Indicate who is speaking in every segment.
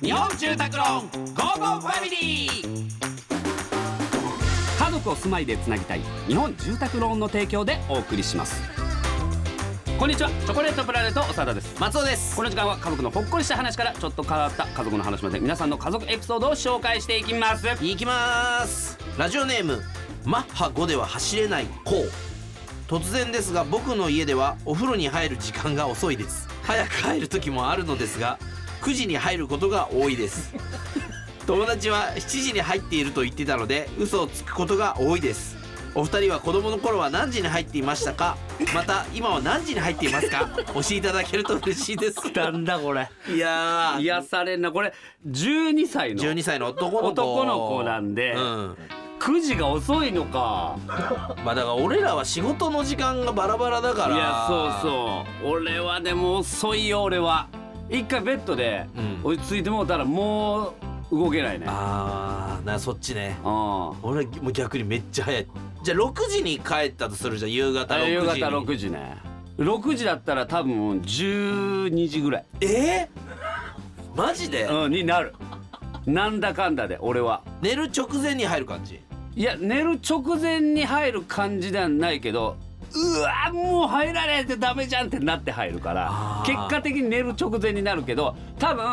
Speaker 1: 日本住宅ローンゴーゴーファミリー家族を住まいでつなぎたい日本住宅ローンの提供でお送りしますこんにちはチョコレートプラネット長田です
Speaker 2: 松尾です
Speaker 1: この時間は家族のほっこりした話からちょっと変わった家族の話まで皆さんの家族エピソードを紹介していきます
Speaker 2: いきますラジオネームマッハ5では走れないこう突然ですが僕の家ではお風呂に入る時間が遅いです早く入る時もあるのですが9時に入ることが多いです友達は7時に入っていると言ってたので嘘をつくことが多いですお二人は子供の頃は何時に入っていましたかまた今は何時に入っていま すか教えていただけると嬉しいです
Speaker 1: なんだこれ
Speaker 2: いやー
Speaker 1: 癒されんなこれ12歳の
Speaker 2: 12歳の男の子
Speaker 1: 男の子なんで
Speaker 2: うん
Speaker 1: 9時が遅いのか
Speaker 2: まあだから俺らは仕事の時間がバラバラだから
Speaker 1: いやそうそう俺はでも遅いよ俺は一回ベッドで
Speaker 2: うん
Speaker 1: 落ち着いてもうたらもう動けないね
Speaker 2: ああなそっちね
Speaker 1: うん
Speaker 2: 俺はもう逆にめっちゃ早いじゃあ6時に帰ったとするじゃん夕方6時に
Speaker 1: 夕方6時ね6時だったら多分12時ぐらい、
Speaker 2: えー、マジで、
Speaker 1: うん、になるなんだかんだで俺は
Speaker 2: 寝る直前に入る感じ
Speaker 1: いや寝る直前に入る感じではないけどうわもう入られてダメじゃんってなって入るから
Speaker 2: あー
Speaker 1: 結果的に寝る直前になるけど多分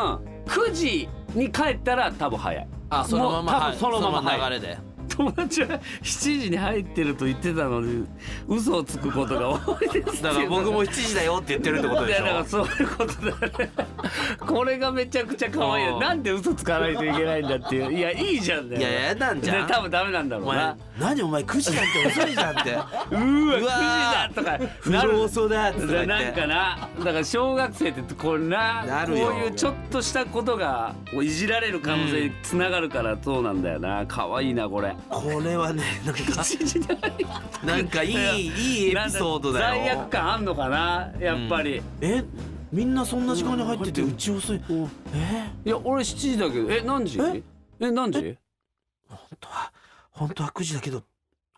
Speaker 1: 9時に帰ったら多分早い
Speaker 2: あそのまま
Speaker 1: もう多
Speaker 2: は
Speaker 1: 分
Speaker 2: い
Speaker 1: そのまま
Speaker 2: その
Speaker 1: 入
Speaker 2: 流れで
Speaker 1: 友達は7時に入ってると言ってたのに嘘をつくことが多いです
Speaker 2: だから僕も
Speaker 1: っ
Speaker 2: 7時だよって言ってるって
Speaker 1: て
Speaker 2: ことでしょ
Speaker 1: だからそういうことだね これがめちゃくちゃ可愛いよ
Speaker 2: うん
Speaker 1: なんで嘘つかないといけないんだっていういやいいじゃんね
Speaker 2: いややだんじゃん
Speaker 1: で多分ダメなんだろ
Speaker 2: お
Speaker 1: う
Speaker 2: 前
Speaker 1: な
Speaker 2: 何お前9時なんて遅いじゃんって
Speaker 1: うーわ
Speaker 2: うわー
Speaker 1: 9時だとか
Speaker 2: 不
Speaker 1: なる
Speaker 2: 上遅だって言って
Speaker 1: なんかなだから小学生ってこんな
Speaker 2: な
Speaker 1: こう
Speaker 2: るよ
Speaker 1: いうちょっとしたことがこういじられる可能性につながるからそうなんだよな可愛いなこれ。
Speaker 2: これはねなんかなんかいいいい エピソードだよ
Speaker 1: 罪悪感あんのかなやっぱり、
Speaker 2: えみんなそんな時間に入っててうち遅いえー
Speaker 1: いや俺7時だけどえ何時え
Speaker 2: え
Speaker 1: 何時
Speaker 2: 本当は本当は9時だけど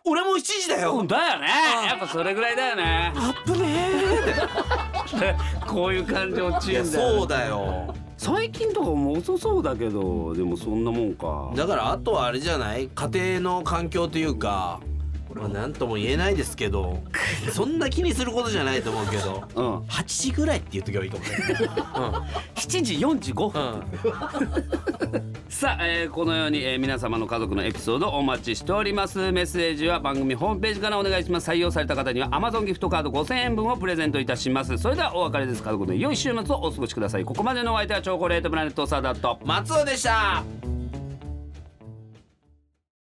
Speaker 2: 俺も7時だ
Speaker 1: う
Speaker 2: よ
Speaker 1: んだよねやっぱそれぐらいだよね
Speaker 2: アップね
Speaker 1: こういう感じ落ち
Speaker 2: い
Speaker 1: る
Speaker 2: や
Speaker 1: んだよね
Speaker 2: そうだよ
Speaker 1: 最近とかも遅そうだけどでもそんなもんか
Speaker 2: だからあとはあれじゃない家庭の環境というかまあなんとも言えないですけどそんな気にすることじゃないと思うけ ど
Speaker 1: うん
Speaker 2: 8時ぐらいって言っとけばいいかもね
Speaker 1: 7時45
Speaker 2: う
Speaker 1: 分
Speaker 2: ん、うん、
Speaker 1: さあ、えーこのように、えー皆様の家族のエピソードお待ちしておりますメッセージは番組ホームページからお願いします採用された方には Amazon ギフトカード5000円分をプレゼントいたしますそれではお別れです家族の良い週末をお過ごしくださいここまでのお相手はチョコレートプラネットサダット
Speaker 2: 松尾でした